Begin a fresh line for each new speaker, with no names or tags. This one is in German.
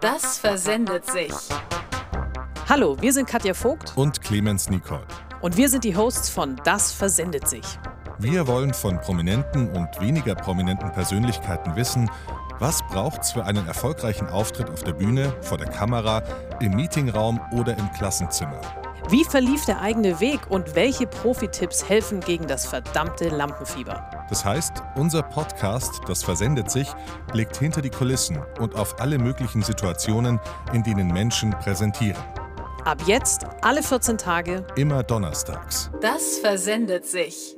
Das versendet sich.
Hallo, wir sind Katja Vogt
und Clemens Nicol.
und wir sind die Hosts von Das versendet sich.
Wir wollen von prominenten und weniger prominenten Persönlichkeiten wissen, was braucht's für einen erfolgreichen Auftritt auf der Bühne, vor der Kamera, im Meetingraum oder im Klassenzimmer.
Wie verlief der eigene Weg und welche Profi-Tipps helfen gegen das verdammte Lampenfieber?
Das heißt, unser Podcast, das versendet sich, blickt hinter die Kulissen und auf alle möglichen Situationen, in denen Menschen präsentieren.
Ab jetzt alle 14 Tage
Immer donnerstags.
Das versendet sich.